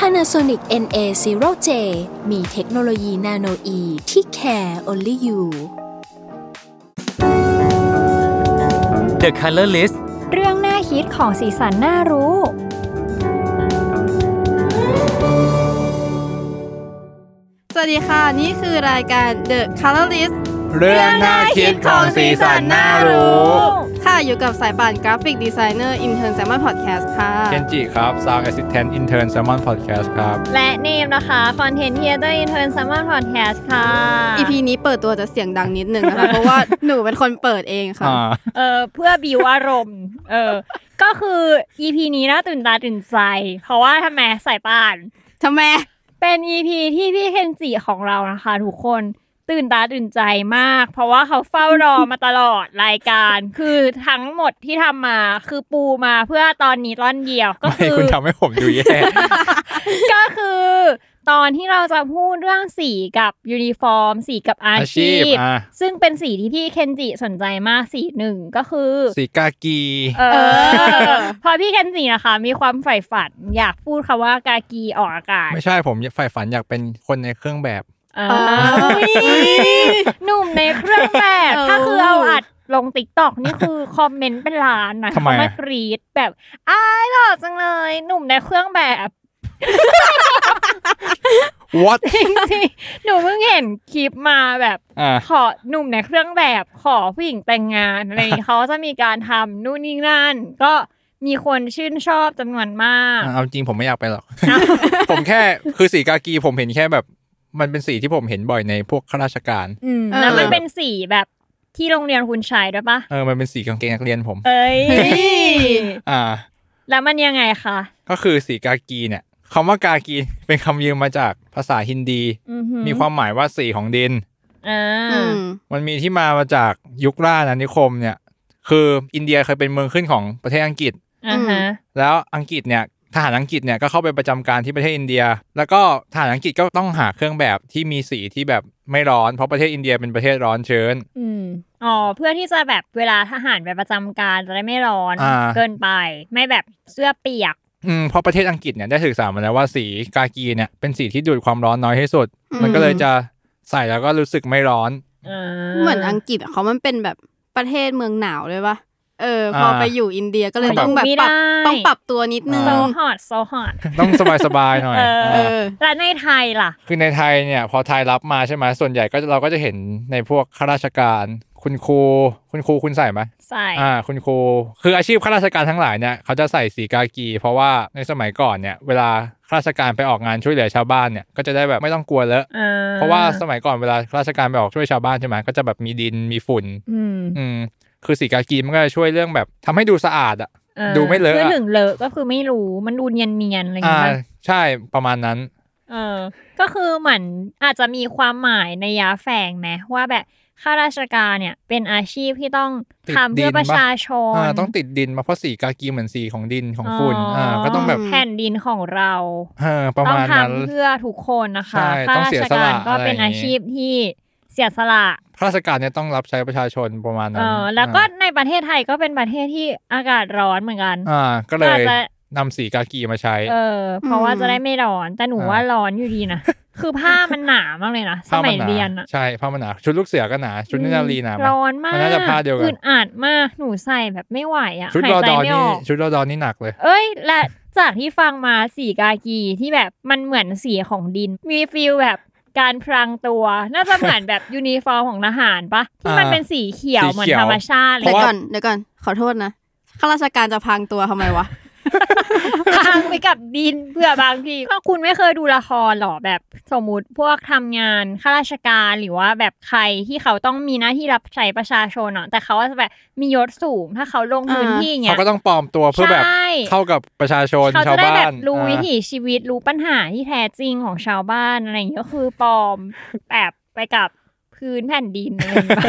Panasonic NA0J มีเทคโนโลยีนาโนอีที่ care only you The Color List เรื่องหน้าฮิตของสีสันน่ารู้ สวัสดีค่ะ นี่คือรายการ The Colorist เรื่องน่าคิดของสีสันน่ารู้ ค่ะอยู่กับสายป่านกราฟิกดีไซเนอร์อินเทอร์แซมมอนพอดแคสต์ค่ะ เคนจิครับ Sound Assistant Intern Salmon Podcast ครับ และเนมนะคะ Content Creator Intern Summer Podcast ค่ะ EP นี้เปิดตัวจะเสียงดังนิดนึงนะคะ เพราะว่าหนูเป็นคนเปิดเองค่ะ อ่า เออเพื่อบิวอารมณ์ เออ ก็คือ EP นี้น่าตื่นตาตื่นใจ เพราะว่าทำไมสายป่าน ทำไม เป็น EP ที่พี่เคนจิของเรานะคะทุกคนตื่นตาตื่นใจมาก เพราะว่าเขาเฝ้ารอมาตลอดรายการ คือทั้งหมดที่ทำมาคือปูมาเพื่อตอนนี้ตอนเดียวก็ ไม่ คือ คุณทำให้ผมดูแย่ ก็คือ ตอนที่เราจะพูดเรื่องสีกับยูนิฟอร์ม สีกับอา อาชี ชี พ พ อ่ะ ซึ่งเป็นสีที่พี่เคนจิสนใจมากสีหนึ่งก็คือ สีกากี เอ อ อเพอพี่เคนจินะคะ มีความใฝ่ฝันอยากพูดคำว่ากากีออกอากาศ ไม่ใช่ผมใฝ่ฝันอยากเป็นคนในเครื่องแบบ เออหนุ่มในเครื่องแบบ เออ ถ้าคือเอาอัดลงติ๊กตอกนี่คือคอมเมนต์เป็นล้านนะ ทำไม เขามากรีดแบบอ้ายหล่อจังเลย หนุ่มในเครื่องแบบ What จริงสิหนูเพิ่งเห็นคลิปมาแบบ อ่า ขอหนุ่มในเครื่องแบบขอผู้หญิงแต่งงานอะไรอย่างงี้เขาจะมีการทำนู่นนี่นั่น ก็มีคนชื่นชอบจำนวนมาก อ่ะเอาจริงผมไม่อยากไปห รอก ผมแค่คือสีกากีผมเห็นแค่แบบ มันเป็นสีที่ผมเห็นบ่อยในพวกข้าราชการ อืม เออ แล้วมันเป็นสีแบบที่โรงเรียนคุณชายด้วยปะ เออ มันเป็นสีกางเกงนักเรียนผม เอ้ย อ่า แล้วมันยังไงคะ ก็คือสีกากีเนี่ยคำว่ากากีเป็นคำยืมมาจากภาษาฮินดี อือหือ มีความหมายว่าสีของดิน อ่า อืม มันมีที่มามาจากยุคล่าอาณานิคมเนี่ย คืออินเดียเคยเป็นเมืองขึ้นของประเทศอังกฤษ อ่าฮะ แล้วอังกฤษเนี่ยทหารอังกฤษเนี่ยก็เข้าไปประจำการที่ประเทศอินเดีย แล้วก็ทหารอังกฤษก็ต้องหาเครื่องแบบที่มีสีที่แบบไม่ร้อนเพราะประเทศอินเดียเป็นประเทศร้อนเชิญ อืมอ๋อเพื่อที่จะแบบเวลาทหารไปประจำการจะได้ไม่ร้อน อ่า เกินไป ไม่แบบเสื้อเปียก อืมเพราะประเทศอังกฤษเนี่ยได้ศึกษามาแล้วว่าสีกากีเนี่ยเป็นสีที่ดูดความร้อนน้อยที่สุด อืม มันก็เลยจะใส่แล้วก็รู้สึกไม่ร้อน เหมือนอังกฤษอะเขามันเป็นแบบประเทศเมืองหนาวเลยปะเออ พอ อ่า ไปอยู่อินเดียก็เลย เขาแบบ ต้องแบบปรับ ไม่ได้ ต้องปรับตัวนิดนึง โซฮอตโซฮอต ต้องสบายๆหน่อย เออ เอ อ่า อ แล้วในไทยล่ะ คือในไทยเนี่ยพอไทยรับมาใช่ไหมส่วนใหญ่ก็จะเราก็จะเห็นในพวกข้าราชการ คุณครูคุณครูคุณใส่ไหม ใส่ อ่า คุณครูคืออาชีพข้าราชการทั้งหลายเนี่ยเขาจะใส่สีกากี เพราะว่าในสมัยก่อนเนี่ยเวลาข้าราชการไปออกงานช่วยเหลือชาวบ้านเนี่ยก็จะได้แบบไม่ต้องกลัวเลอะ อ่ เพราะว่าสมัยก่อนเวลาข้าราชการไปออกช่วยชาวบ้านใช่ไหมก็จะแบบมีดินมีฝุ่น อืม อืมคือสีกากีมันก็จะช่วยเรื่องแบบทำให้ดูสะอาดอะ เออ ดูไม่เลอะ คือถึงเลอะก็คือไม่รู้มันดูเนียนเนียนๆอะไรอย่าง อ่า เงี้ย ใช่ประมาณนั้น เออ ก็คือเหมือนอาจจะมีความหมายในยาแฝงไหมว่าแบบข้าราชการเนี่ย เป็นอาชีพที่ต้อง ติด ทำเพื่ ดิ อน ประชาชน อ่าต้องติดดินมาเพราะสีกากีเหมือนสีของดินของฝุ่นอ่าก็ต้องแบบ แผ่นดินของเรา เออประ ต้อง มาณนั้น ทำเพื่อทุกคนนะคะ ใช่ ข้า ต้อง รา เสีย ช ส การ ละ ก็เป็น อะไรอย่างงี้ อาชีพที่เสียสละ ข้าราชการเนี่ยต้องรับใช้ประชาชนประมาณนั้ เอน อแล้วก็ อ่า ในประเทศไทยก็เป็นประเทศที่อากาศร้อนเหมือนกัน อ่าก็เลย อาจจะ นำสีกากีมาใช้ เออ เพราะว่าจะได้ไม่ร้อน แต่หนู อ่า ว่าร้อนอยู่ดีนะ คือผ้ามันหนามากเลยนะ ส ผ้า มั มั ย หนา เรียนอะ ใช่ผ้ามันหนาชุดลูกเสือก็หนา ชุดนินารีหนาไหม ร้อนมาก มันน่าจะผ้าเดียวกัน อึดอัดมาก หนูใส่แบบไม่ไหวอะ ชุด หาย รอ ใจ ดอ ไม่อ นี่ อก ชุดรอดอนี่หนักเลย เอ้ย และจากที่ฟังมาสีกากีที่แบบมันเหมือนสีของดิน มีฟิลแบบการพรางตัว น่าจะเหมือนแบบ ยูนิฟอร์มของทหารปะที่มัน อ่า เป็นสีเขียว สี เหมือน เขียว ธรรมชาติเล พ เดี๋ ราะ ย ยว ว่า ก่อนเดี๋ยวก่อนขอโทษนะข้าราชการจะพรางตัวทำไมวะ ทางไปกับดินเพื่อบางทีก็คุณไม่เคยดูละครหรอแบบสมมติพวกทำงานข้าราชการหรือว่าแบบใครที่เขาต้องมีหน้าที่รับใช้ประชาชนเนาะแต่เขาก็จะแบบมียศสูงถ้าเขาลงพื้นที่อย่างเงี้ เขา ย ก็ต้องปลอมตัวเพื่อแบบ ใช่ เข้ากับประชาชน เขา ชา จะ ว ได้ บ้า แบ น บรู้วิ อ่า ถีชีวิตรู้ปัญหาที่แท้จริงของชาวบ้านอะไรอย่างเงี้ยก็คือปลอมแบบไปกับพื้นแผ่นดินอะไรอย่างเงี้ ย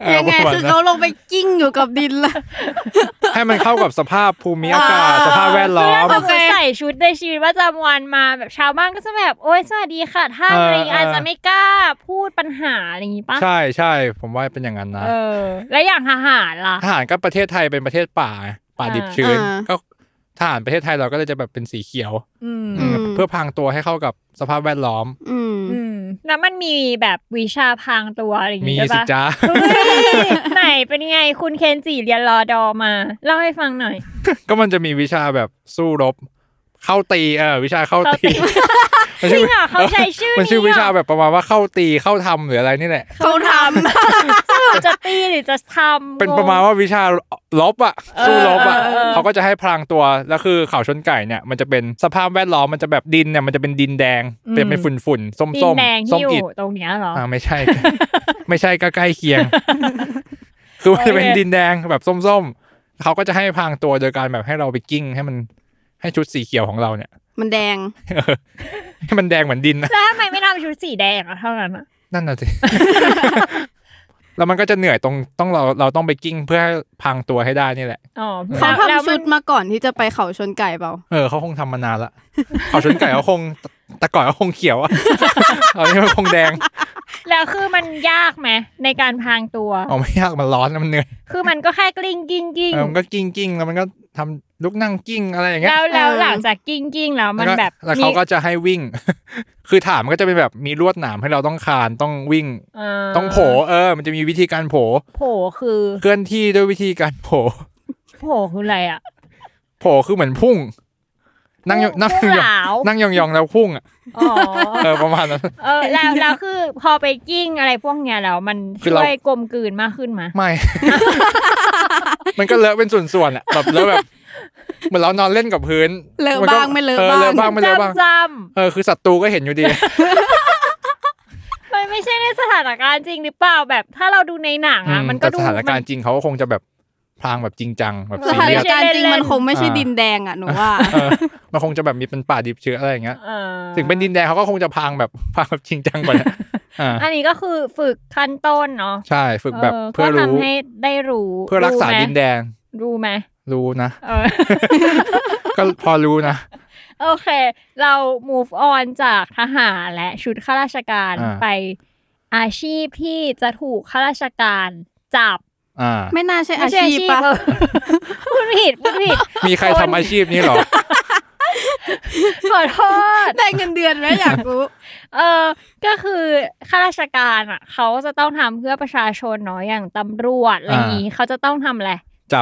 เออ ยังไง ประมาณ คือ นั้น เขาลงไปกิ้งอยู่กับดิน เลย ให้มันเข้ากับสภาพภูมิอากาศ อ่า สภาพแวดล้อม ถ้าเราใส่ชุดในชีวิตประจำวันมาแบบชาวบ้านก็จะแบบโอ๊ยสวัสดีค่ะท่าน เอออ อะไรอย่างงี้ เอออ อาจจะไม่กล้าพูดปัญหาอะไรอย่างงี้ปะ ใช่ใช่ผมว่าเป็นอย่างนั้นนะ เออ แล้วอย่างทหารล่ะ ทหารก็ประเทศไทยเป็นประเทศป่าไงป่าดิบชื้น อ่า ก็ทหารประเทศไทยเราก็เลยจะแบบเป็นสีเขียว อืม อืม เพื่อพรางตัวให้เข้ากับสภาพแวดล้อม อืม อืมแล้วมันมีแบบวิชาพรางตัวอะไรอย่าง มี งี้ใช่ สิ ปะ จ้า เฮ้ยไหนเป็นไงคุณเคนจิเรียนรอดอมา เล่าให้ฟังหน่อย ก็มันจะมีวิชาแบบสู้รบ เข้าตีเออวิชาเข้าตีมัน จริ ชื่อง เหรอเขาใช้ชื่อ มันชื่อวิ นี้เหร ชา อ แบบประมาณว่าเข้าตีเข้าทำหรืออะไรนี่แหละ เขาท จะตีหรือจะทำ เป็นประมาณว่าวิชาลบอ่ะสู้ลบอ่ะเขาก็จะให้พลางตัวแล้วคือเขาชนไก่เนี่ยมันจะเป็นสภาพแวดล้อมมันจะแบบดินเนี่ยมันจะเป็นดินแดงเป็นเป็นฝุ่นฝุ่นๆส้ม ดิ ส้ น ม แดง ส้มที่อ อิ ยู่ ด ตรงเนี้ยเหรอ อ่าไม่ใช่ ไม่ใช่ก็ใกล้เคีย ง คือมันจะเป็น โอเค ดินแดงแบบส้มส้มๆเขาก็จะให้พลางตัวโดยการแบบให้เราไปกิ้ง ให้มันให้ชุดสีเขียวของเราเนี่ย ำมันแดง ให้มันแดงเหมือนดิน นะ แล้วทำไมไม่ทำชุดสีแดงอะเท่านั้นอะ นั่นน่ะสิ แล้วมันก็จะเหนื่อยตรงต้องเราเราต้องไปกิ้งเพื่อให้พรางตัวให้ได้นี่แหละ อ๋อ เขา แล้ว ทำ มั ชุ น ดมาก่อนที่จะไปเขาชนไก่เปล่า เออเขาคงทำมานานละเขาชนไก่เขาคงตแต่ก่อนเขาคงเขียวอะ ตอนนี้มันคงแดง แล้วคือมันยากไหมในการพรางตัว เอาไม่ยากมันร้อนนะมันเหนื่อย คือมันก็แค่กลิ้งกิ้งกิ้ง เออมันก็กิ้งกิ้งแล้วมันก็ทำลุกนั่งกิ้งอะไรอย่างเงี้ย แล้วแล้ว เออ หลังจากกิ้งกิ้งแล้วมัน ล้วก็ แบบ แล้วเขาก็จะให้วิ่ง คือถามมันก็จะเป็นแบบมีลวดหนามให้เราต้องคานต้องวิ่ง เอ่อ ต้องโผล่เออ มันจะมีวิธีการโผล่ โผล่คือ เคลื่อนที่ด้วยวิธีการโผล่ โผล่คืออะไรอ่ะ โผล่คือเหมือนพุ่ง นั่งยองนั่ง พุ่ ยอง หลาว นั่งยองๆแล้วพุ่งอะ อ๋อ เออประมาณนั้น เออแล้วแล้วคือพอไปกิ้งอะไรพวกเนี้ยแล้วมัน คือ ช่ เรา วยกลมกลืนมากขึ้นมา ไม่ มันก็เลอะเป็นส่วนๆอะแบบเลอะแบบ เหมือนเรานอนเล่นกับพื้น เลอะ มันก็ บ้างไม่เลอะ เลอะบ้า บ้าง ง ไม่เลอะบ้าง จำจ เออคือศัตรูก็เห็นอยู่ดี ำมันไม่ใช่ในสถานการณ์จริงหรือเปล่าแบบถ้าเราดูในหนัง อื อ่ะ ม มันก็ แต่ ดู สถานการ มัน ณ์จริงเขาก็คงจะแบบพลางแบบจริงจังแบบ ส ซี ถาน เรียส การณ์จริงมันคงไม่ใช่ อ่า ดินแดงอ่ะหนูว่า เออมันคงจะแบบมีเป็นป่าดิบเชื้ออะไรอย่างเงี้ย เออ ถึงเป็นดินแดงเขาก็คงจะพลางแบบพลางแบบจริงจังกว่านะอ่า อันนี้ก็คือฝึกขั้นต้นเนาะ ใช่ฝึกแบบเพื่อ ก็ รู้ ทำให้ได้รู้ เพื่อรักษาดินแดง รู้ไหม รู้นะ เออ ก็พอรู้นะ โอเค เรา move on จากทหารและชุดข้าราชการ อ่า ไปอาชีพที่จะถูกข้าราชการจับ อ่า ไม่น่าใช่ ไม่ อา ใช่ ชีพปะ เออพู ดผิดพูดผิด มีใครทำอาชีพนี้เหรอ ขอโทษ ได้เงินเดือนไหมอยากรู้ เออก็คือข้าราชการอ่ะ เขาจะต้องทำเพื่อประชาชนเนาะอย่างตำรวจอะไรอย่างนี้เขาจะต้องทำอะไร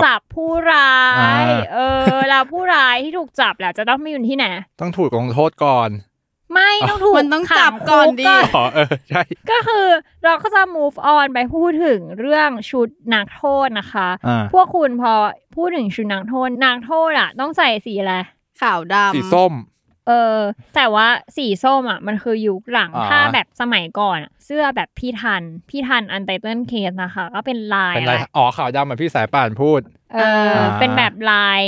จับ ผู้ร้าย อ่า เออแล้วผู้ร้ายที่ถูกจับแหละจะต้องไปอยู่ที่ไหน ต้องถูกลงโทษก่อน ไม่ต้องถูก มันต้อง ขั จับก่อน คุ ดิ อ๋อเออใช่ ก็คือเราก็จะ move on ไปพูดถึงเรื่องชุดนักโทษนะคะ อ่า พวกคุณพอพูดถึงชุดนักโทษนักโทษอ่ะ ต้องใส่สีอะไร ขาวดำ สีส้ม เออแต่ว่าสีส้มอ่ะมันคือยุคหลัง อ่า ถ้าแบบสมัยก่อนอะเสื้อแบบพี่ทัน พี่ทันอันไตเติลเคสนะคะ ก็เป็นลาย เป็น อะ ไร ไร อ๋อขาวดำเหมือนพี่สายป่านพูด เอออา เป็นแบบลาย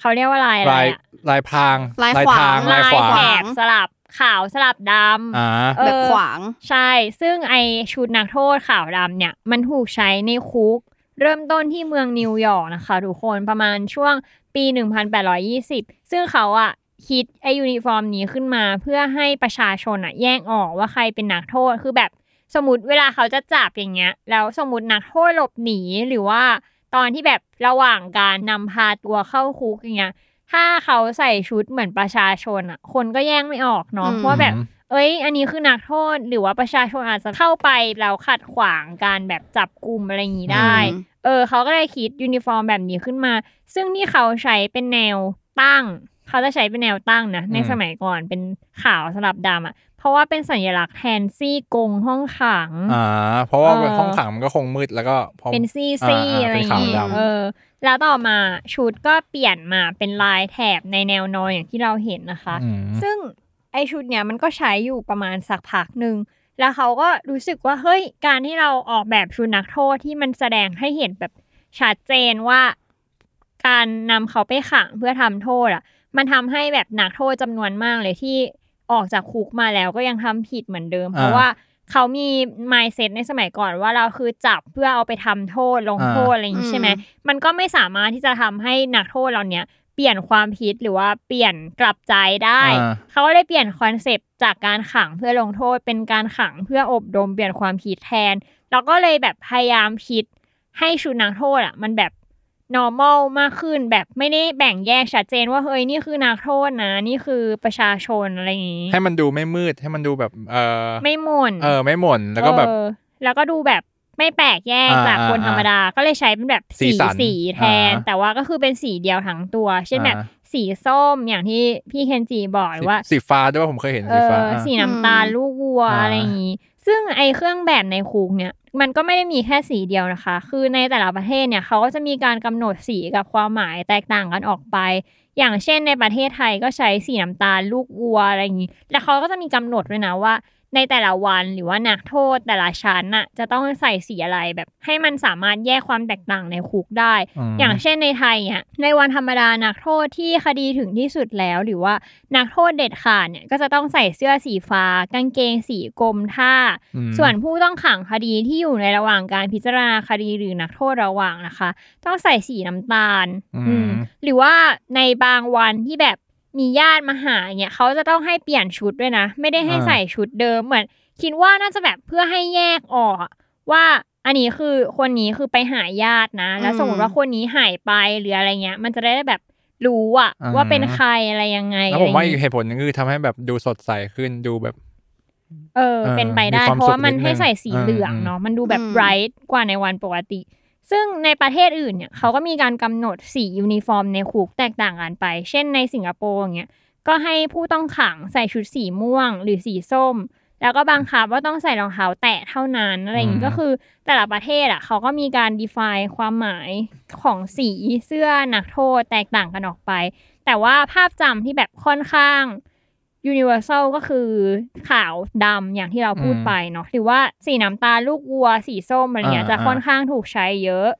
เขาเรียกว่าลายอะไร ลาย อะ ลายพราง ลาย ลาย ขวา ทาง ง ลาย ลาย ขวาง แถบสลับขาวสลับด อ่า ำเออ แบบขวาง ใช่ ซึ่งไอชุดนักโทษขาวดำเนี่ย มันถูกใช้ในคุก เริ่มต้นที่เมืองนิวยอร์กนะคะทุกคนประมาณช่วงปี 1820 ซึ่งเขาอะคิดไอยูนิฟอร์มนี้ขึ้นมาเพื่อให้ประชาชนอะแยกออกว่าใครเป็นนักโทษคือแบบสมมติเวลาเขาจะจับอย่างเงี้ย แล้วสมมตินักโทษหลบหนีหรือว่าตอนที่แบบระหว่างการนำพาตัวเข้าคุกอย่างเงี้ยถ้าเขาใส่ชุดเหมือนประชาชนอะคนก็แยกไม่ออกเนาะ อืม ว่าแบบ เอ้ย อันนี้คือนักโทษหรือว่าประชาชนอาจจะเข้าไปแล้วขัดขวางการแบบจับกลุ่มอะไรอย่างนี้ได้ อืม เออเขาก็เลยคิดยูนิฟอร์มแบบนี้ขึ้นมา ซึ่งที่เขาใช้เป็นแนวตั้ง เขาจะใช้เป็นแนวตั้งนะ ใน อืม สมัยก่อนเป็นขาวสลับดำอ่ะ เพ เพราะว่าเป็นสัญลักษณ์แทนซี่กงห้องขัง อ่าเพราะว่า เออ ห้องขังมันก็คงมืดแล้วก็พอ เป็นซี่ซี่ อ่า อะไรอย่างเงี้ เป็น ย ขาวดำ เออ แล้วต่อมาชุดก็เปลี่ยนมาเป็นลายแถบในแนวนอนอย่างที่เราเห็นนะคะ อืม ซึ่งไอชุดเนี้ยมันก็ใช้อยู่ประมาณสักพักหนึ่ง แล้วเขาก็รู้สึกว่าเฮ้ยการที่เราออกแบบชุดนักโทษที่มันแสดงให้เห็นแบบชัดเจนว่า การนำเขาไปขังเพื่อทำโทษอ่ะ มันทำให้แบบนักโทษจำนวนมากเลยที่ออกจากคุกมาแล้วก็ยังทำผิดเหมือนเดิม เพราะว่าเขามี mindset ในสมัยก่อนว่าเราคือจับเพื่อเอาไปทำโทษลงโทษอะไรอย่างนี้ใช่ไหม อืม มันก็ไม่สามารถที่จะทำให้นักโทษเราเนี้ยเปลี่ยนความผิดหรือว่าเปลี่ยนกลับใจได้ อ่า เขาก็เลยเปลี่ยนคอนเซปต์จากการขังเพื่อลงโทษเป็นการขังเพื่ออบรมเปลี่ยนความคิดแทน แล้วก็เลยแบบพยายามคิดให้ชุดนักโทษอ่ะ มันแบบ normal มากขึ้นแบบไม่ได้แบ่งแยกชัดเจนว่าเฮ้ยนี่คือนักโทษนะ นี่คือประชาชนอะไรอย่างนี้ ให้มันดูไม่มืดให้มันดูแบบเออ ไม่หม่น เออไม่หม่นแล้วก็แบบ เออแล้วก็ดูแบบไม่แปลกแยก อ่า จากคนธรรมดา ก็เลยใช้เป็นแบบสี สีสัน สีแทน อ่า แต่ว่าก็คือเป็นสีเดียวทั้งตัว เช่นแบบ อ่า สีส้มอย่างที่พี่เคนจีบอกหรือว่า สีฟ้าด้วยว่าผมเคยเห็น เอ สี อ ฟ้าอ่ะ สีน้ำตาล อืม ลูกวัว อ่า อะไรอย่างนี้ ซึ่งไอเครื่องแบบในคุกเนี่ย มันก็ไม่ได้มีแค่สีเดียวนะคะ คือในแต่ละประเทศเนี่ยเขาก็จะมีการกำหนดสีกับความหมายแตกต่างกันออกไป อย่างเช่นในประเทศไทยก็ใช้สีน้ำตาลลูกวัวอะไรอย่างนี้ แล้วเขาก็จะมีกำหนดด้วยนะว่า ในแต่ละวันหรือว่านักโทษแต่ละชั้นน่ะจะต้องใส่สีอะไรแบบให้มันสามารถแยกความแตกต่างในคุกได้ ม อย่างเช่นในไทยเนี่ยในวันธรรมดานักโทษที่คดีถึงที่สุดแล้ว หรือว่านักโทษเด็ดขาดเนี่ยก็จะต้องใส่เสื้อสีฟ้า กางเกงสีกรมท่า อืม ส่วนผู้ต้องขังคดีที่อยู่ในระหว่างการพิจารณาคดีหรือนักโทษระหว่างนะคะ ต้องใส่สีน้ำตาล อื อื ม มหรือว่าในบางวันที่แบบมีญาติมาหาเนี่ยเขาจะต้องให้เปลี่ยนชุดด้วยนะ ไม่ได้ให้ อ่า ใส่ชุดเดิมเหมือน คิดว่าน่าจะแบบเพื่อให้แยกออกอะว่าอันนี้คือคนนี้คือไปหาญาตินะ แล้ว อืม สมมติว่าคนนี้หายไปหรืออะไรเงี้ย มันจะได้แบบรู้อะว่าเป็นใครอะไรยังไง แล้วผมว่า อะอีไรก เงี้ย เหตุผลหนึงคือทำให้แบบดูสดใสขึ้นดูแบบ เออ เออ เป็นไปได้ มีความ เพราะว่ามัน สุขนิด ให้ใส่สี นึง เหลือง อืม เนาะมันดูแบบ อืม ไบรท์กว่าในวันปกติ ซึ่งในประเทศอื่นเนี่ยเขาก็มีการกำหนดสียูนิฟอร์มในคุกแตกต่างกันไป เช่นในสิงคโปร์อย่างเงี้ยก็ให้ผู้ต้องขังใส่ชุดสีม่วง หรือสีส้ม แล้วก็บังคับว่าต้องใส่รองเท้าแตะเท่านั้นอะไรอย่าง อื งี้ ม ก็คือแต่ละประเทศอ่ะเขาก็มีการ define ความหมายของสีเสื้อนักโทษแตกต่างกันออกไป แต่ว่าภาพจำที่แบบค่อนข้าง universal ก็คือขาวดำอย่างที่เราพูดไปเนาะหรือว่าสีน้ำตาลลูกวัว สีส้มอะไรเงี้ยจะค่อนข้างถูกใช้เยอะ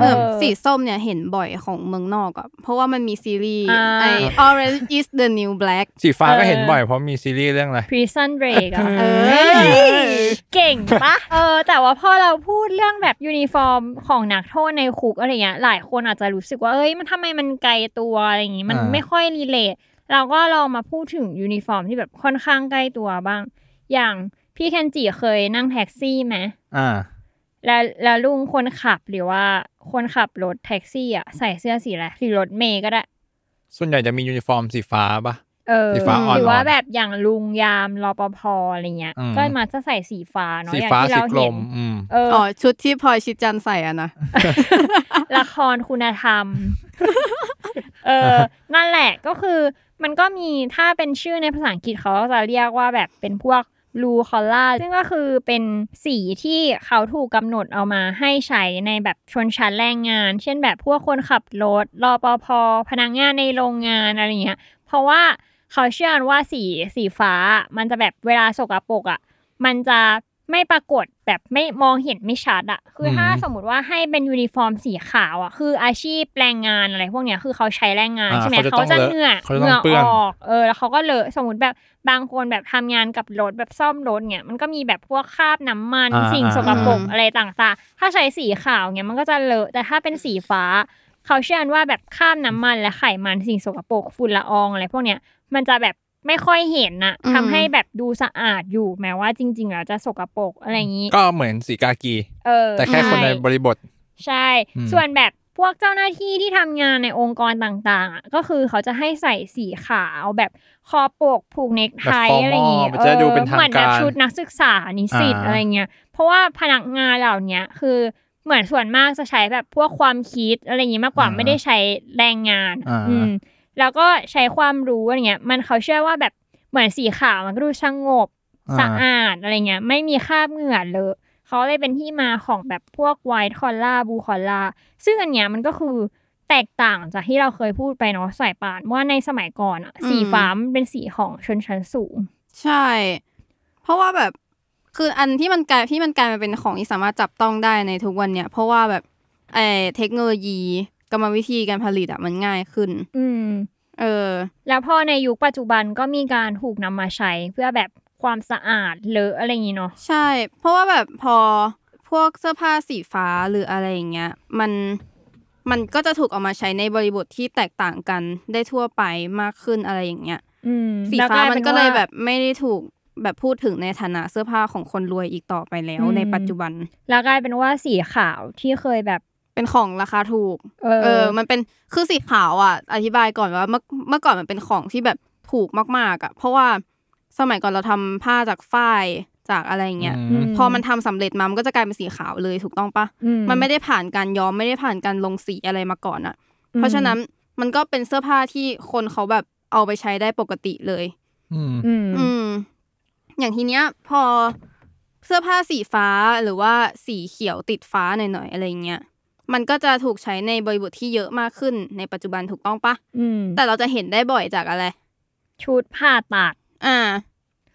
เออ เออ สีส้มเนี่ยเห็นบ่อยของเมืองนอกอะเพราะว่ามันมีซีรีส์ อ่า ไอ Orange is the new black สีฟ้าก็เห็น เออ บ่อยเพราะมีซีรีส์เรื่องอะไร prison break อะ เออ เก่งปะ เออ แต่ว่าพอเราพูดเรื่องแบบยูนิฟอร์มของนักโทษในคุกอะไรเงี้ย หลายคนอาจจะรู้สึกว่า เอ้ย มันทำไมมันไกลตัวอะไรอย่างงี้ มัน อ่า ไม่ค่อยรีเลท เราก็ลองมาพูดถึงยูนิฟอร์มที่แบบค่อนข้างใกล้ตัวบ้าง อย่างพี่เคนจิเคยนั่งแท็กซี่ไหม อ่า แล้วแล้วลุงคนขับหรือว่าคนขับรถแท็กซี่อ่ะใส่เสื้อสีอะไรสีรถเมย์ก็ได้ ส่วนใหญ่จะมียูนิฟอร์มสีฟ้าปะ เออ สีฟ้าอ่อนๆ หรือว่าแบบอย่างลุงยามรปภอะไรเงี้ย อืม ก็มาจะใส่สีฟ้าเนาะ สี อย่าง ฟ้า ที่ สี เรา กล เห็น ม อืม เออ อ๋อชุดที่พลอยชิดจันทร์ใส่อะนะ ละครคุณธรรม เออ นั่นแหละก็คือ มันก็มีถ้าเป็นชื่อในภาษาอังกฤษเขาก็จะเรียกว่าแบบเป็นพวกลูคอล่าซึ่งก็คือเป็นสีที่เขาถูกกำหนดเอามาให้ใช้ในแบบชนชั้นแรงงาน เช่นแบบพวกคนขับรถรอปภพนักงานในโรงงานอะไรเงี้ย เพราะว่าเขาเชื่อกันว่าสีสีฟ้า มันจะแบบเวลาสกปรกอ่ะ มันจะไม่ปรากฏแบบไม่มองเห็นไม่ชัดอะคืออ ม ถ้าสมมติว่าให้เป็นยูนิฟอร์มสีขาวอะคืออาชีพแรงงานอะไรพวกเนี้ยคือเขาใช้แรงงานใช่ไหมเขาจะเหงื่อ เขาจะ เห ต้ งื่ อ อง เปื้อน ออกเออแล้วเขาก็เลอะสมมติแบบบางคนแบบทำงานกับรถแบบซ่อมรถเนี่ยมันก็มีแบบพวกคราบน้ำมัน อ่า สิ่ง อ่า สกปรก อืม อะไรต่างๆ ถ้าใช้สีขาวเนี่ยมันก็จะเลอะแต่ถ้าเป็นสีฟ้า เขาเชื่อกันว่าแบบข้ามน้ำมันและไขมันสิ่งสกปรกฝุ่นละอองอะไรพวกเนี้ยมันจะแบบไม่ค่อยเห็นนะ อืม ทำให้แบบดูสะอาดอยู่แม้ว่าจริงๆแล้วจะสกปรกอะไรอย่างนี้ ก็เหมือนสีกากี เออ แต่แค่คนใน ช่ บริบท ใช่ อืม ส่วนแบบพวกเจ้าหน้าที่ที่ทำงานในองค์กรต่างๆอ่ะก็คือเขาจะให้ใส่สีขาวแบบคอปกผูกเนคไท แบบ อะไรอย่างเงี้ formal มันจะดูเป็นทางการ เหมือนแบบชุดนักศึกษานิสิต อ่า อะไรเงี้ยเพราะว่าพนักงานเหล่าเนี้ยคือเหมือนส่วนมากจะใช้แบบพวกความคิดอะไรอย่างงี้มากกว่าไม่ได้ใช้แรงงาน อ่า อืมแล้วก็ใช้ความรู้อะไรเงี้ย มันเขาเชื่อว่าแบบ เหมือนสีขาวมันก็ดูชงบ อ่า สะอาดอะไรเงี้ยไม่มีคราบเหงื่อเลอะเขาเลยเป็นที่มาของแบบพวกไวท์คอลล่าบูคอลล่าซึ่งอันเนี้ยมันก็คือแตกต่างจากที่เราเคยพูดไปเนาะสายป่านว่าในสมัยก่อนอะ อืม สีฟ้ามันเป็นสีของชนชั้นสูง ใช่ เพราะว่าแบบคืออันที่มันกลายที่มันกลายมาเป็นของที่สามารถจับต้องได้ในทุกวันเนี่ย เพราะว่าแบบเออเทคโนโลยีกรรมวิธีการผลิตอะมันง่ายขึ้น อืม เออ แล้วพอในยุคปัจจุบันก็มีการถูกนำมาใช้เพื่อแบบความสะอาดเลอะอะไรอย่างงี้เนาะ ใช่ เพราะว่าแบบพอพวกเสื้อผ้าสีฟ้าหรืออะไรอย่างเงี้ย มันมันก็จะถูกเอามาใช้ในบริบทที่แตกต่างกันได้ทั่วไปมากขึ้นอะไรอย่างเงี้ย อืม สี แล้ว ฟ้ามันก็เลยแบบ ป็นว่ ไม่ได้ถูกแบบพูดถึงในฐานะเสื้อผ้าของคนรวยอีกต่อไปแล้ว อืม ในปัจจุบัน าแล้วกลายเป็นว่าสีขาวที่เคยแบบ เป็นของราคาถูก เออ เออ มันเป็นคือสีขาวอ่ะ อธิบายก่อนว่าเมื่อเมื่อก่อนมันเป็นของที่แบบถูกมากๆอ่ะ เพราะว่าสมัยก่อนเราทำผ้าจากฝ้ายจากอะไรอย่างเงี้ย อืม พอมันทำสำเร็จมา มันก็จะกลายเป็นสีขาวเลยถูกต้องปะ อื มันไม่ได้ผ่านการย้อมไม่ได้ผ่านการลงสีอะไรมาก่อนอะ่ะ อืม เพราะฉะนั้นมันก็เป็นเสื้อผ้าที่คนเขาแบบเอาไปใช้ได้ปกติเลย อืม อืม อืม อย่างทีเนี้ยพอเสื้อผ้าสีฟ้าหรือว่าสีเขียวติดฟ้าหน่อยๆอะไรเงี้ย มันก็จะถูกใช้ในบริบทที่เยอะมากขึ้นในปัจจุบันถูกต้องปะ อืม แต่เราจะเห็นได้บ่อยจากอะไร ชุดผ่าตัด อ่า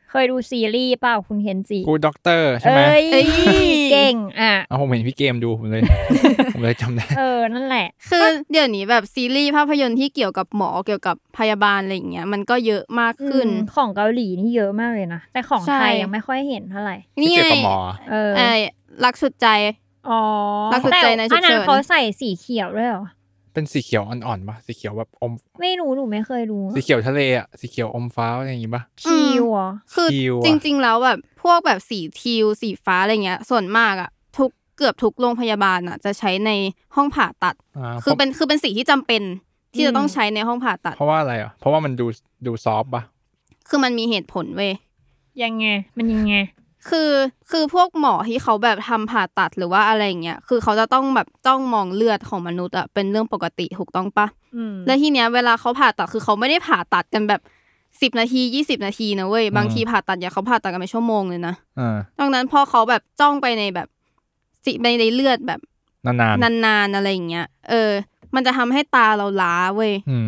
เคยดูซีรีส์เปล่าคุณเคนจิ กูด็อกเตอร์ใช่ไหม เอ้ย เอ้ย เก่งอ่ะ เอาผมเห็นพี่เกมดูผม เลย ผมเลยจำได้ เออ นั่นแหละ คือเดี๋ยวนี้แบบซีรีส์ภาพยนตร์ที่เกี่ยวกับหมอเกี่ยวกับพยาบาลอะไรอย่างเงี้ยมันก็เยอะมาก อื ขึ้น มของเกาหลีนี่เยอะมากเลยนะ แต่ของ ใช่ ไทยยังไม่ค่อยเห็นเท่าไหร่ พี่ นี่ เกม ไง กับหมอ เออ ไอ้รักสุดใจ อ๋อ รักสุดใจในฉุกเฉิน อันนั้นเขาใส่สีเขียวด้วยเหรอ เป็นสีเขียวอ่อนๆปะสีเขียวแบบอม ไม่รู้หนูไม่เคยดู สีเขียวทะเลอะสีเขียวอมฟ้าอะไรอย่างงี้ปะ ชิวเหรอ คือ ทิวอะ จริง ๆ แล้วแบบพวกแบบสีทิวสีฟ้าอะไรเงี้ย ส่วนมากอะทุกเกือบทุกโรงพยาบาลอะจะใช้ในห้องผ่าตัด อ่า คือ เพ เป็ ราะ นคือเป็นสีที่จำเป็นที่ อืม จะต้องใช้ในห้องผ่าตัด เพราะว่าอะไรอ่ะ เพราะว่ามันดูดูซอฟต์ปะ คือมันมีเหตุผลเว้ย ยังไง มันยังไง คือคือพวกหมอที่เขาแบบทำผ่าตัดหรือว่าอะไรเงี้ยคือเขาจะต้องแบบต้องมองเลือดของมนุษย์อะเป็นเรื่องปกติถูกต้องปะ อืม และทีเนี้ยเวลาเขาผ่าตัดคือเขาไม่ได้ผ่าตัดกันแบบสิบนาทียี่สิบนาทีนะเว้ยบางทีผ่าตัดอย่างเขาผ่าตัดกันเป็นชั่วโมงเลยนะ อ่า ดังนั้นพอเขาแบบจ้องไปในแบบสิไปในเลือดแบบ นานๆ นานๆอะไรอย่างเงี้ย เออ มันจะทำให้ตาเราล้าเว้ย อืม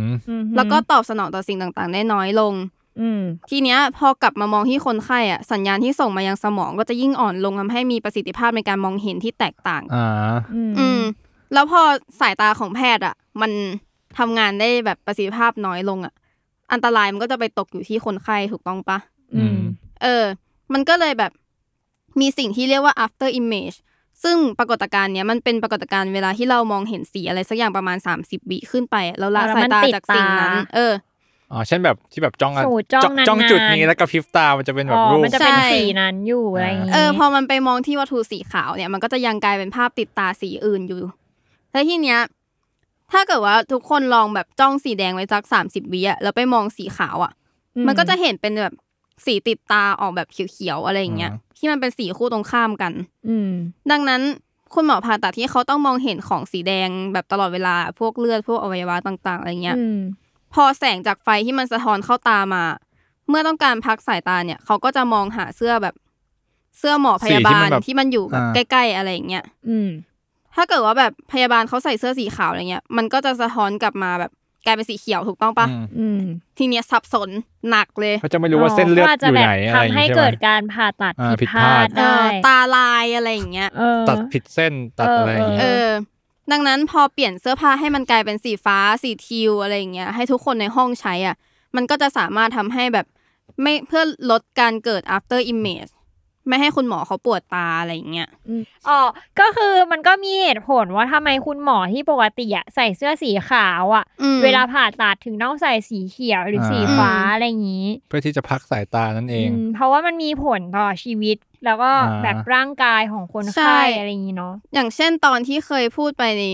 แล้วก็ตอบสนองต่อสิ่งต่างๆ ได้น้อยลง อืม ทีเนี้ยพอกลับมามองที่คนไข้อะสัญญาณที่ส่งมายังสมองก็จะยิ่งอ่อนลงทำให้มีประสิทธิภาพในการมองเห็นที่แตกต่าง อ่า อืม อืม แล้วพอสายตาของแพทย์อะมันทำงานได้แบบประสิทธิภาพน้อยลงอะอันตรายมันก็จะไปตกอยู่ที่คนไข้ถูกต้องปะ อืม เออ มันก็เลยแบบมีสิ่งที่เรียกว่า after image ซึ่งปรากฏการณ์เนี้ยมันเป็นปรากฏการณ์เวลาที่เรามองเห็นสีอะไรสักอย่างประมาณ 30วิขึ้นไปอะแล้วละ แล้ว สาย มัน ตา ติด จากสิ่งนั้น ตา เออ อ๋อเช่นแบบที่แบบจ้องอะ สูตรจ้อง จ้องจ้อง นานๆ จุดนี้แล้วกระพริบตา มันจะเป็นแบ อ๋ บ อ รูป มันจะเป็น ใช่ สีนั้นอยู่อะไรอย่างงี้ เออ พอมันไปมองที่วัตถุสีขาวเนี่ย มันก็จะยังกลายเป็นภาพติดตาสีอื่นอยู่ แล้วทีเนี้ย ถ้าเกิดว่าทุกคนลองแบบจ้องสีแดงไว้สัก30วิอะแล้วไปมองสีขาวอะ อืม มันก็จะเห็นเป็นแบบสีติดตาออกแบบเขียวๆอะไรอย่างเงี้ย อ่า ที่มันเป็นสีคู่ตรงข้ามกัน อืม ดังนั้นคุณหมอผ่าตัดที่เขาต้องมองเห็นของสีแดงแบบตลอดเวลาพวกเลือดพวกอวัยวะต่างๆอะไรเงี้ย อืม พอแสงจากไฟที่มันสะท้อนเข้าตามา เมื่อต้องการพักสายตาเนี่ย เขาก็จะมองหาเสื้อแบบเสื้อหมอพยาบาล สีที่มันแบบ ที่มันอยู่แบบ อ่า ใกล้ ๆ อะไรอย่างเงี้ย อืม ถ้าเกิดว่าแบบพยาบาลเขาใส่เสื้อสีขาวอะไรเงี้ย มันก็จะสะท้อนกลับมาแบบกลายเป็นสีเขียวถูกต้องปะ อืม อืม ทีเนี้ยสับสนหนักเลย เขาจะไม่รู้ว่าเส้นเลือดอยู่ไหนอะไรอย่าง ทำให้ งี้ใช่ เกิ ไห ด ม การผ่าตัด อ่าผิ ผิด ดพพลา ลาด ด เอ ได้ อตาลายอะไรอย่างเงี้ย เออ ตัดผิดเส้นตัดอะไรอย่างงี้ เ เออ ดังนั้นพอเปลี่ยนเสื้อผ้าให้มันกลายเป็นสีฟ้า สีทิวอะไรอย่างเงี้ย ให้ทุกคนในห้องใช้อ่ะ มันก็จะสามารถทำให้แบบไม่เพื่อลดการเกิด after image ไม่ให้คุณหมอเขาปวดตาอะไรอย่างเงี้ย อ๋อ ก็คือมันก็มีเหตุผลว่าทำไมคุณหมอที่ปกติอะใส่เสื้อสีขาวอะ อืม เวลาผ่าตัดถึงต้องใส่สีเขียวหรืออา สีฟ้าอะไรอย่างนี้ เพื่อที่จะพักสายตานั่นเอง อืมเพราะว่ามันมีผลต่อชีวิต แล้วก็ อ่า แบบร่างกายของคน ใช่ ไข้อะไรอย่างนี้เนาะ อย่างเช่นตอนที่เคยพูดไปใน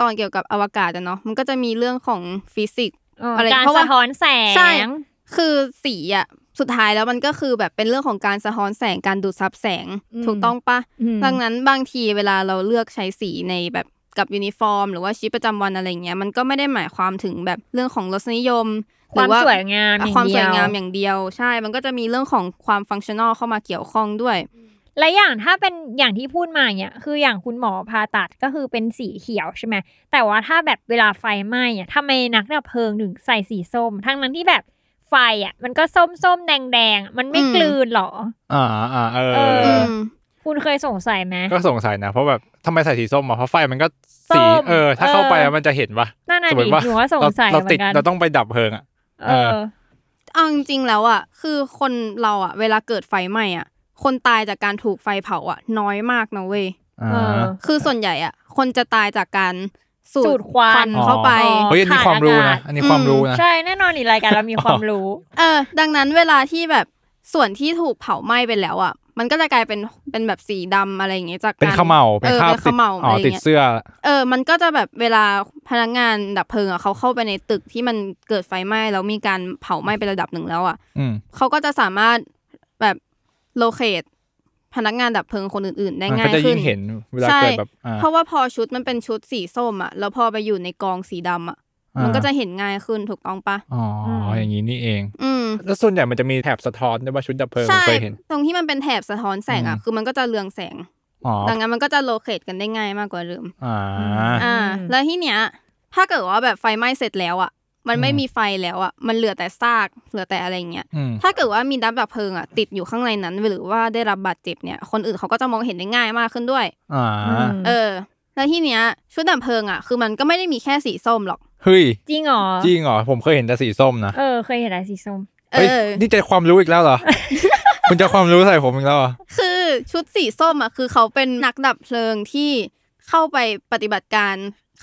ตอนเกี่ยวกับอวกาศอะเนาะ มันก็จะมีเรื่องของฟิสิกส์ เออ อะไร การ เพราะว่า สะท้อนแส ใช่ ง คือสีอ่ะ สุดท้ายแล้วมันก็คือแบบเป็นเรื่องของการสะท้อนแสง การดูดซับแสง อืม ถูกต้องปะ อืม ดังนั้นบางทีเวลาเราเลือกใช้สีในแบบกับยูนิฟอร์ม หรือว่าชีวิตประจำวันอะไรเงี้ยมันก็ไม่ได้หมายความถึงแบบเรื่องของรสนิยม ห ค รื วาม อว่า สวยงามอ อ่ะ ย่าง ความสวย เดี งาม ย อย่างเดียว ใช่ มันก็จะมีเรื่องของความฟังชั่นอลเข้ามาเกี่ยวข้องด้วย และอย่างถ้าเป็นอย่างที่พูดมาเนี่ยคืออย่างคุณหมอผ่าตัดก็คือเป็นสีเขียวใช่ไหมแต่ว่าถ้าแบบเวลาไฟไหม้อ่ะทำไมนักดับเพลิงถึงใส่สีส้ม ทั้งนั้นที่แบบไฟอ่ะมันก็ส้มส้มๆแดงแดงๆอะมันไม่ อืม กลืนหรอ อ่าอ่าเออ เอ อืม คุณเคยสงสัยไหม ก็สงสัยนะ เพราะแบบทำไมใส่สีส้มอ่ะเพราะไฟมันก็ ส้ สี ม เออ ถ้าเข้าไป เออ แล้วมันจะเห็นปะ นั่นน่ะ สมม ดิ ติว่า หนูว่าสงสัย เรา เหมื ติดอนกัน เราต้องไปดับเพลิงอ่ะ เออ เอาจริงๆแล้วอ่ะคือคนเราอ่ะ เวลาเกิดไฟไหม้อ่ะ คนตายจากการถูกไฟเผาอ่ะ น้อยมากนะเว้ย อ่า เออ คือส่วนใหญ่อ่ะ คนจะตายจากการสู สู ด ดควัน เข้าไป อ๋อ เฮ้ยอันนี้ความรู้นะ ขาดอากาศ อันนี้ความรู้นะ ใช่แน่นอนอีกรายการเรามีความรู้ เออ ดังนั้นเวลาที่แบบส่วนที่ถูกเผาไหม้ไปแล้วอ่ะ มันก็จะกลายเป็นเป็นแบบสีดำอะไรอย่างเงี้ยจาก เป็น การ ข้าวเหมาเป็น ออ ข้าว เป็ตินขาว ด เหมา อ๋อ อะไร ติด เงี้ย เสื้อ เออ มันก็จะแบบเวลาพนักงานดับเพลิงอ่ะเขาเข้าไปในตึกที่มันเกิดไฟไหม้แล้วมีการเผาไหม้ไประดับหนึ่งแล้วอ่ะ อืม เขาก็จะสามารถแบบโลเคตพนักงานดับเพลิงคนอื่น ๆ ได้ มัน ง่า ก็ ย จะ ขึ้ ยิ่ น งเห็นเวลา ใช่ เกิดแบบอ่า เพราะว่าพอชุดมันเป็นชุดสีส้มอ่ะ แล้วพอไปอยู่ในกองสีดำอ่ะ อ่า มันก็จะเห็นง่ายขึ้นถูกต้องปะ อ๋ออย่างนี้นี่เอง อืม แล้วส่วนใหญ่มันจะมีแถบสะท้อนด้วยว่าชุดดับเพลิง ใช่ เคยเห็น ตรงที่มันเป็นแถบสะท้อนแสงอ่ะ อืม คือมันก็จะเรืองแสง อ๋อ ดังนั้นมันก็จะโลเคตกันได้ง่ายมากกว่าเดิม อ่า อ่า แล้วที่เนี้ย ถ้าเกิดว่าแบบไฟไหม้เสร็จแล้วอ่ะ มันไม่ อืม มีไฟแล้วอ่ะมันเหลือแต่ซากเหลือแต่อะไรอย่างเงี้ย อืม ถ้าเกิดว่ามีดับดับเพลิงอ่ะติดอยู่ข้างในนั้น หรือว่าได้รับบาดเจ็บเนี่ยคนอื่นเขาก็จะมองเห็นได้ง่ายมากขึ้นด้วย อ่า เออ แล้วที่เนี้ยชุดดับเพลิงอ่ะคือมันก็ไม่ได้มีแค่สีส้มหรอก เฮ้ย จริงเหรอ จริงเหรอผมเคยเห็นแต่สีส้มนะ เออเคยเห็นอะไรสีส้ม เอ เฮ้ย อ นี่จะความรู้อีกแล้วเหรอ คุณจะความรู้ใส่ผมอีกแล้วเหรอ คือชุดสีส้มอ่ะคือเขาเป็นนักดับเพลิงที่เข้าไปปฏิบัติการ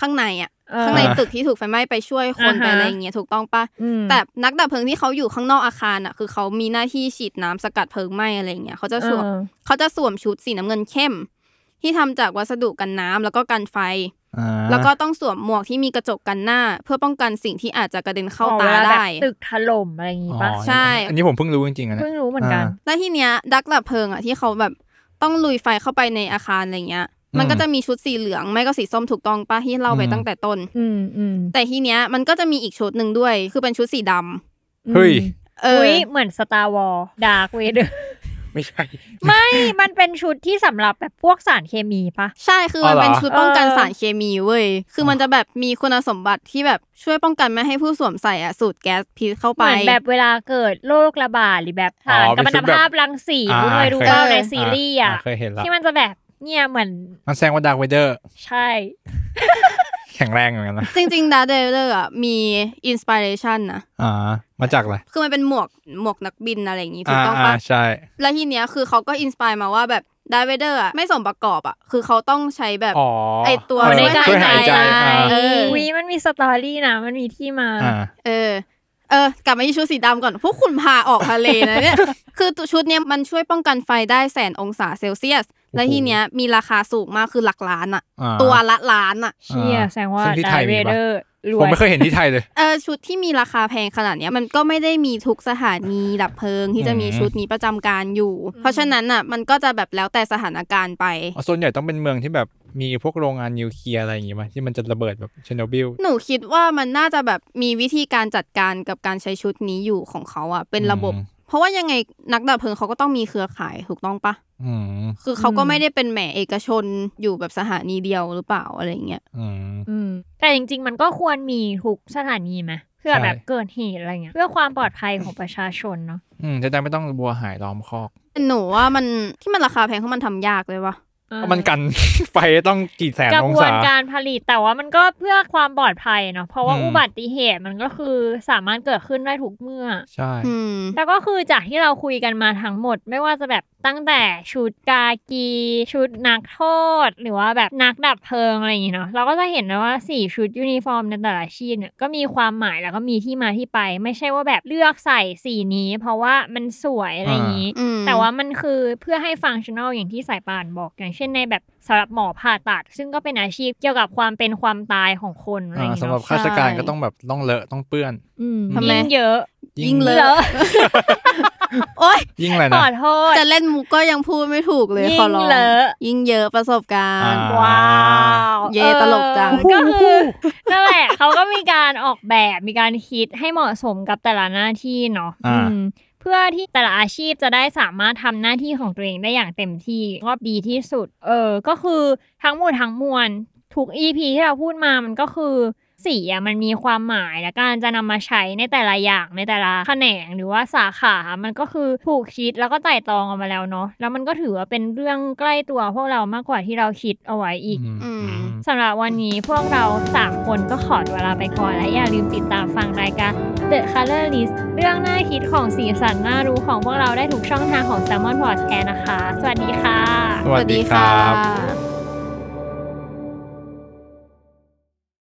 ข้างในอ่ะ เออ ข้างในตึกที่ถูกไฟไหม้ไปช่วยคนไปอ่าฮะอะไรอย่างเงี้ยถูกต้องปะ อืม แต่นักดับเพลิงที่เขาอยู่ข้างนอกอาคารอ่ะคือเขามีหน้าที่ฉีดน้ำสกัดเพลิงไหม้อะไรอย่างเงี้ยเขาจะสวม เออ เขาจะสวมชุดสีน้ำเงินเข้ม ที่ทำจากวัสดุกันน้ำแล้วก็กันไฟ อ่า แล้วก็ต้องสวมหมวกที่มีกระจกกันหน้า เพื่อป้องกันสิ่งที่อาจจะกระเด็นเข้า อ๋อ ตา เวลแบบ ได้ ตึกถล่มอะไรอย่างงี้ อ๋อ ปะ ใช่ อันนี้ผมเพิ่งรู้จริงๆอะนะ เพิ่งรู้เหมือนกัน อ่า แล้วทีเนี้ยดักดับเพลิงอ่ะที่เขาแบบต้องลุยไฟเข้าไปในอาคารอะไรเงี้ย อืม มันก็จะมีชุดสีเหลืองไม่ก็สีส้มถูกต้องป้าที่เล่าไป อืม ตั้งแต่ต้น อืมอืม แต่ทีเนี้ยมันก็จะมีอีกชุดหนึ่งด้วย คือเป็นชุดสีดำ เฮ้ย เออ อุ้ย อ เหมือนสตาร์วอลดาร์กเวเดอร์ ไม่ใช่ ไม่ มันเป็นชุดที่สำหรับแบบพวกสารเคมีปะ ใช่คือ อ๋ มั อนเหรอ เป็นชุดป้องกัน เออ สารเคมีเว้ยคือมันจะแบบมีคุณสมบัติที่แบบช่วยป้องกันไม่ให้ผู้สวมใส่อ่ะสูดแก๊สพิษเข้า เห ไป มือนแบบเวลาเกิดโรคระบาดหรือแบบ อ๋ สาร อ กัมมันตภาพรังสี อ่า คุณเคยดู เคย เปล่าใน เออ ซีรีส์อ่ะ เคยเห็นละ ที่มันจะแบบเนี่ยเหมือน มันแซงว่าดาร์กเวเดอร์ ใช่ แข็งแรงเหมือนกันนะ จริงๆดาเดเลอร์อ่ะมีอินสปิเรชันนะ อ่า มาจากอะไร คือมันเป็นหมวกหมวกนักบินอะไรอย่างงี้ถู อ่าก ต้อง อ่า ปะ ใช่ แล้วทีเนี้ยคือเขาก็อินสปายมาว่าแบบดาร์เวเดอร์อ่ะไม่สมประกอบอ่ะ คือเขาต้องใช้แบบ อ๋อ ไอ้ตัว เออ ช่วย ช่วยหา หาย ย ใจ ใจ อ่า เออ วีมันมีสตอรี่นะ มันมีที่มา อ่า เออ เออกลับมาที่ชุดสีดำก่อน พวกคุณพาออกทะเลนะเนี่ย คือตัวชุดเนี้ยมันช่วยป้องกันไฟได้แสนองศาเซลเซียส และทีเนี้ยมีราคาสูงมากคือหลักล้านอ่ะ อ่า ตัวละล้านอ่ะ เชี่ยแสดงว่า ซึ่งที่ ดา ไทย ร์เว มีปะ เดอร์รว ผม ย ไม่เคยเห็นที่ไทยเลย เออชุดที่มีราคาแพงขนาดเนี้ยมันก็ไม่ได้มีทุกสถานีดับเพลิงที่จะมีชุดนี้ประจำการอยู่ เพราะฉะนั้นอ่ะมันก็จะแบบแล้วแต่สถานการณ์ไป อ๋อส่วนใหญ่ต้องเป็นเมืองที่แบบมีพวกโรงงานนิวเคลียร์อะไรอย่างงี้ไหมที่มันจะระเบิดแบบเชโนบิล หนูคิดว่ามันน่าจะแบบมีวิธีการจัดการกับการใช้ชุดนี้อยู่ของเขาอะเป็นระบบ อืม เพราะว่ายังไงนักดับเพลิงเขาก็ต้องมีเครือข่ายถูกต้องปะ อืม คือเขาก็ไม่ได้เป็นแหมเอกชนอยู่แบบสถานีเดียวหรือเปล่าอะไรเงี้ย อืม อืมแต่จริง ๆ มันก็ควรมีทุกสถานีไหมเพื่อ ใช่ แบบเกิดเหตุอะไรเงี้ยเพื่อความปลอดภัยของประชาชนเนาะ อืมจะได้ไม่ต้องบัวหายล้อมคอก แต่หนูว่ามันที่มันราคาแพงเพราะมันทำยากเลยวะ เพราะมันกัน ไฟต้องกี่แสน กระ อง บว ศา นการผลิตแต่ว่ามันก็เพื่อความปลอดภัยเนาะเพราะว่า อืม อุบัติเหตุมันก็คือสามารถเกิดขึ้นได้ทุกเมื่อ ใช่ อื ม แล้วก็คือจากที่เราคุยกันมาทั้งหมด ไม่ว่าจะแบบตั้งแต่ชุดกากี ชุดนักโทษ หรือว่าแบบนักดับเพลิงอะไรอย่างงี้เนาะเราก็จะเห็นนะว่าสี่ชุดยูนิฟอร์มในแต่ละอาชีพเนี่ยก็มีความหมายแล้วก็มีที่มาที่ไป ไม่ใช่ว่าแบบเลือกใส่สีนี้ เพราะว่ามันสวยอะไรอย่างงี้ อืม แต่ว่ามันคือเพื่อให้ฟังชั่นอลอย่างที่สายป่านบอกอย่างเช่นในแบบสำหรับหมอผ่าตัด ซึ่งก็เป็นอาชีพเกี่ยวกับความเป็นความตายของคนอะไรอ อ่า ย่างงี้ สำหรับ เนาะ ข้าราชการ ใช่ ก็ต้องแบบต้องเลอะต้องเปื้อน อืม ทำไม ยิ่งเยอะ ยิ่งเลอะ โอ๊ย ยิ่งอะไร ข นะ อโทษ จะเล่นมุกก็ยังพูดไม่ถูกเลย ยิ่ง ขอร้อง เลอะ ยิ่งเยอะประสบการณ์ อ่า ว้าว เย่ ออ ตลกจัง ก็คือนั่นแหละ เขาก็มีการออกแบบมีการคิดให้เหมาะสมกับแต่ละหน้าที่เนาะ อ่า อืมเพื่อที่แต่ละอาชีพจะได้สามารถทำหน้าที่ของตัวเองได้อย่างเต็มที่รอบดีที่สุด เออ ก็คือทั้งหมดทั้งมวลทุก EP ที่เราพูดมามันก็คือสีอะมันมีความหมายและการจะนำมาใช้ในแต่ละอย่างในแต่ละแขนงหรือว่าสาขา มันก็คือถูกคิดแล้วก็ไต่ตรองออกมาแล้วเนาะแล้วมันก็ถือว่าเป็นเรื่องใกล้ตัวพวกเรามากกว่าที่เราคิดเอาไว้อีก อืม อืม สำหรับวันนี้พวกเราสามคนก็ขอตัวลาไปก่อน และอย่าลืมติดตามฟังรายการ The Color List เรื่องน่าคิดของสีสันน่ารู้ของพวกเราได้ทุกช่องทางของ s ซ l m o n Podcast นะคะ สวัสดีค่ะ สวัสดีครับ บ